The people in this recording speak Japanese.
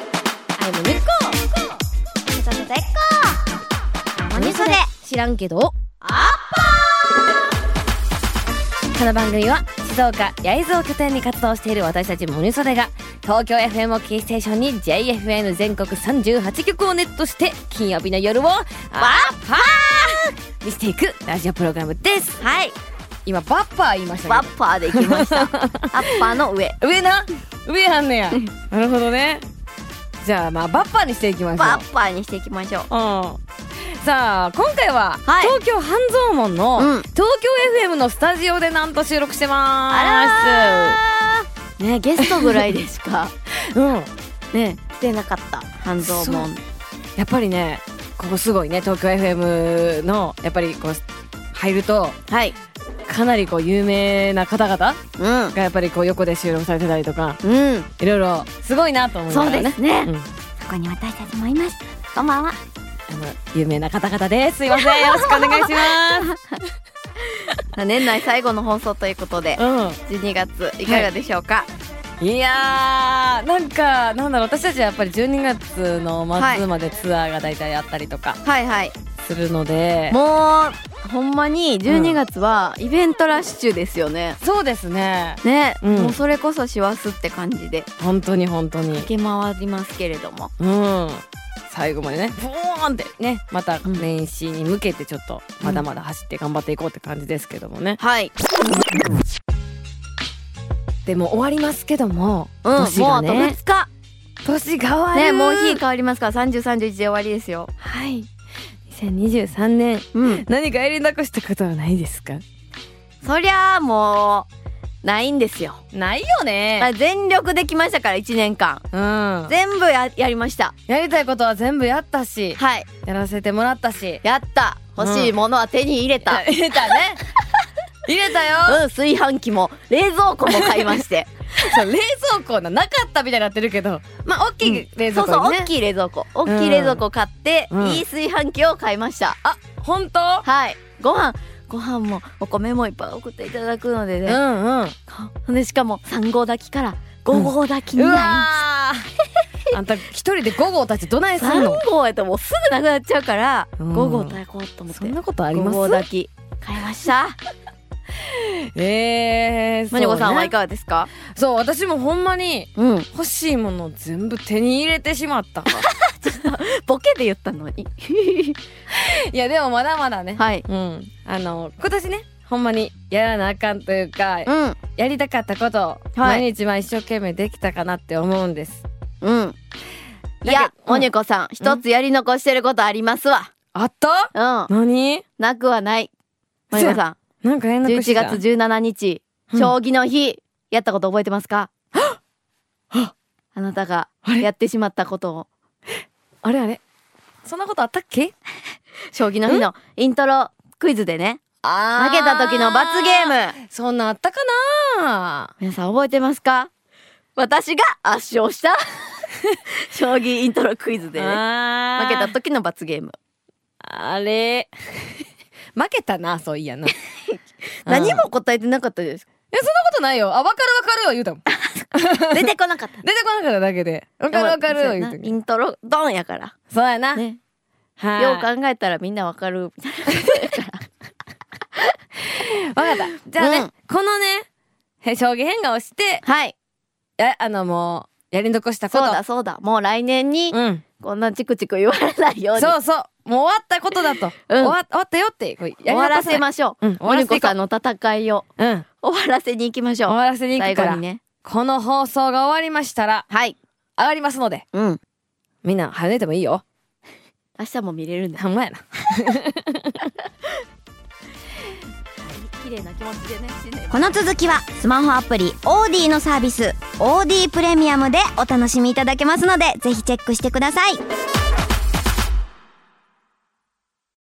の根っちょっと絶好こ何それ知らんけどアッこの番組は静岡焼津を拠点に活動している私たちモニソレが東京 FM をキーステーションに JFN 全国38局をネットして金曜日の夜をわっぱーにしていくラジオプログラムですパーはい今バッパー言いましたバけッパーで行きま したアッパーの上ど上な上あんねやなるほどねじゃあまあバッパーにしていきましょうバッパーにしていきましょううんさあ今回は、はい東京半蔵門の、うん東京 FM のスタジオでなんと収録してまーあらーねゲストぐらいでし かすうんね出なかった半蔵門やっぱりねここすごいね東京 FM のやっぱりこう入るとはいかなりこう有名な方々うんがやっぱりこう横で収録されてたりとかうんいろいろすごいなと思いまそすうねですね、うんあそこに私たちもいますこんばん はの有名な方々ですすいませんよろしくお願いしま 年内最後の放送ということで、す、 12月いかがでしょうか、うん、いやーなんかなんだろう私たちはやっぱり12月の末までツアーが大体あったりとかはい、はいするので、もうほんまに12月はイベントラッシュですよね、そうですねね、うんもうそれこそ師走って感じで本当に本当に駆け回りますけれどもうん、最後までねボーンってねまたん年始に向けてちょっとまだまだ走って頑張っていこうって感じですけどもね、はい、でも終わりますけども、うん、もうあ年がと2ね日年変わるねもう日変わりますから3031で終わりですよはい2023年うん何かやり残したことはないですかそりゃあもうないんですよないよまあね全力できましたから1年間うん全部ややりましたやりたいことは全部やったしはいやらせてもらったしやった欲しいものは手に入 れた、入れたね入れたようん、炊飯器も冷蔵庫も買いまして そう冷蔵庫ななかったみたいになってるけどまあ大きい冷蔵庫、ねそうそう大きい冷蔵庫大きい冷蔵庫買って、うんいい炊飯器を買いましたあ本当はいご飯ご飯もお米もいっぱい送っていただくのでうね、んうんほんでしかも3号炊きから5号炊きにうなわ ーあんた一人で5号たちどないりすますんの3号やともうすぐなくなっちゃうから、うん5号炊こうと思ってそんなことあり5ます号炊き買いま したえー、まにこさんはいかかがですかそう私もほんまにうん欲しいものを全部手に入れてしまったからボケで言ったのに いやでもまだまだね、はいうんあの今年ねほんまにやらなあかんというか、うんやりたかったことをは毎い日まあ一生懸命できたかなって思うんです、うんいだやけどもにこさん一つやり残してることありますわあったうん何なくはないまにこさんなんか連絡し11た月17日、うん将棋の日やったこと覚えてますかはあなたがあれやってしまったことをあれあれそんなことあったっけ将棋の日のイントロクイズでね負けた時の罰ゲームそんなんあったかな皆さん覚えてますか私が圧勝した 将棋イントロクイズでねあー負けた時の罰ゲームあれ 負けたなそうい やな何うんいやも答えてなかっ たですそんなことないよあ分かる分かるは言うたもん出て出てこなかったこなかっただけで分かる分かるは言でうもたそうもやなんイントロドンやからそうやな、ねはいよう考えたらみんなわかるみたいな分かったじゃあね、うんこのねへ将棋変顔してはいやあのもうやり残したこそうとだそうだもう来年にうんこんなチクチク言われないようにそうそうもう終わったことだと、うん終わ終わったよってこうやり終わらせすましょうん終う。わモらせてニコいこさんの戦いをううん終わらせに行きましょ終う。わらせに行最くか後ら、にね。この放送が終わりましたらはい。上がりますのでうん。みんな跳ねてもいいよ明日も見れるんだ。ほんまやな綺麗な気持ちでね。この続きはスマホアプリオーディのサービスオーディプレミアムでお楽しみいただけますのでぜひチェックしてください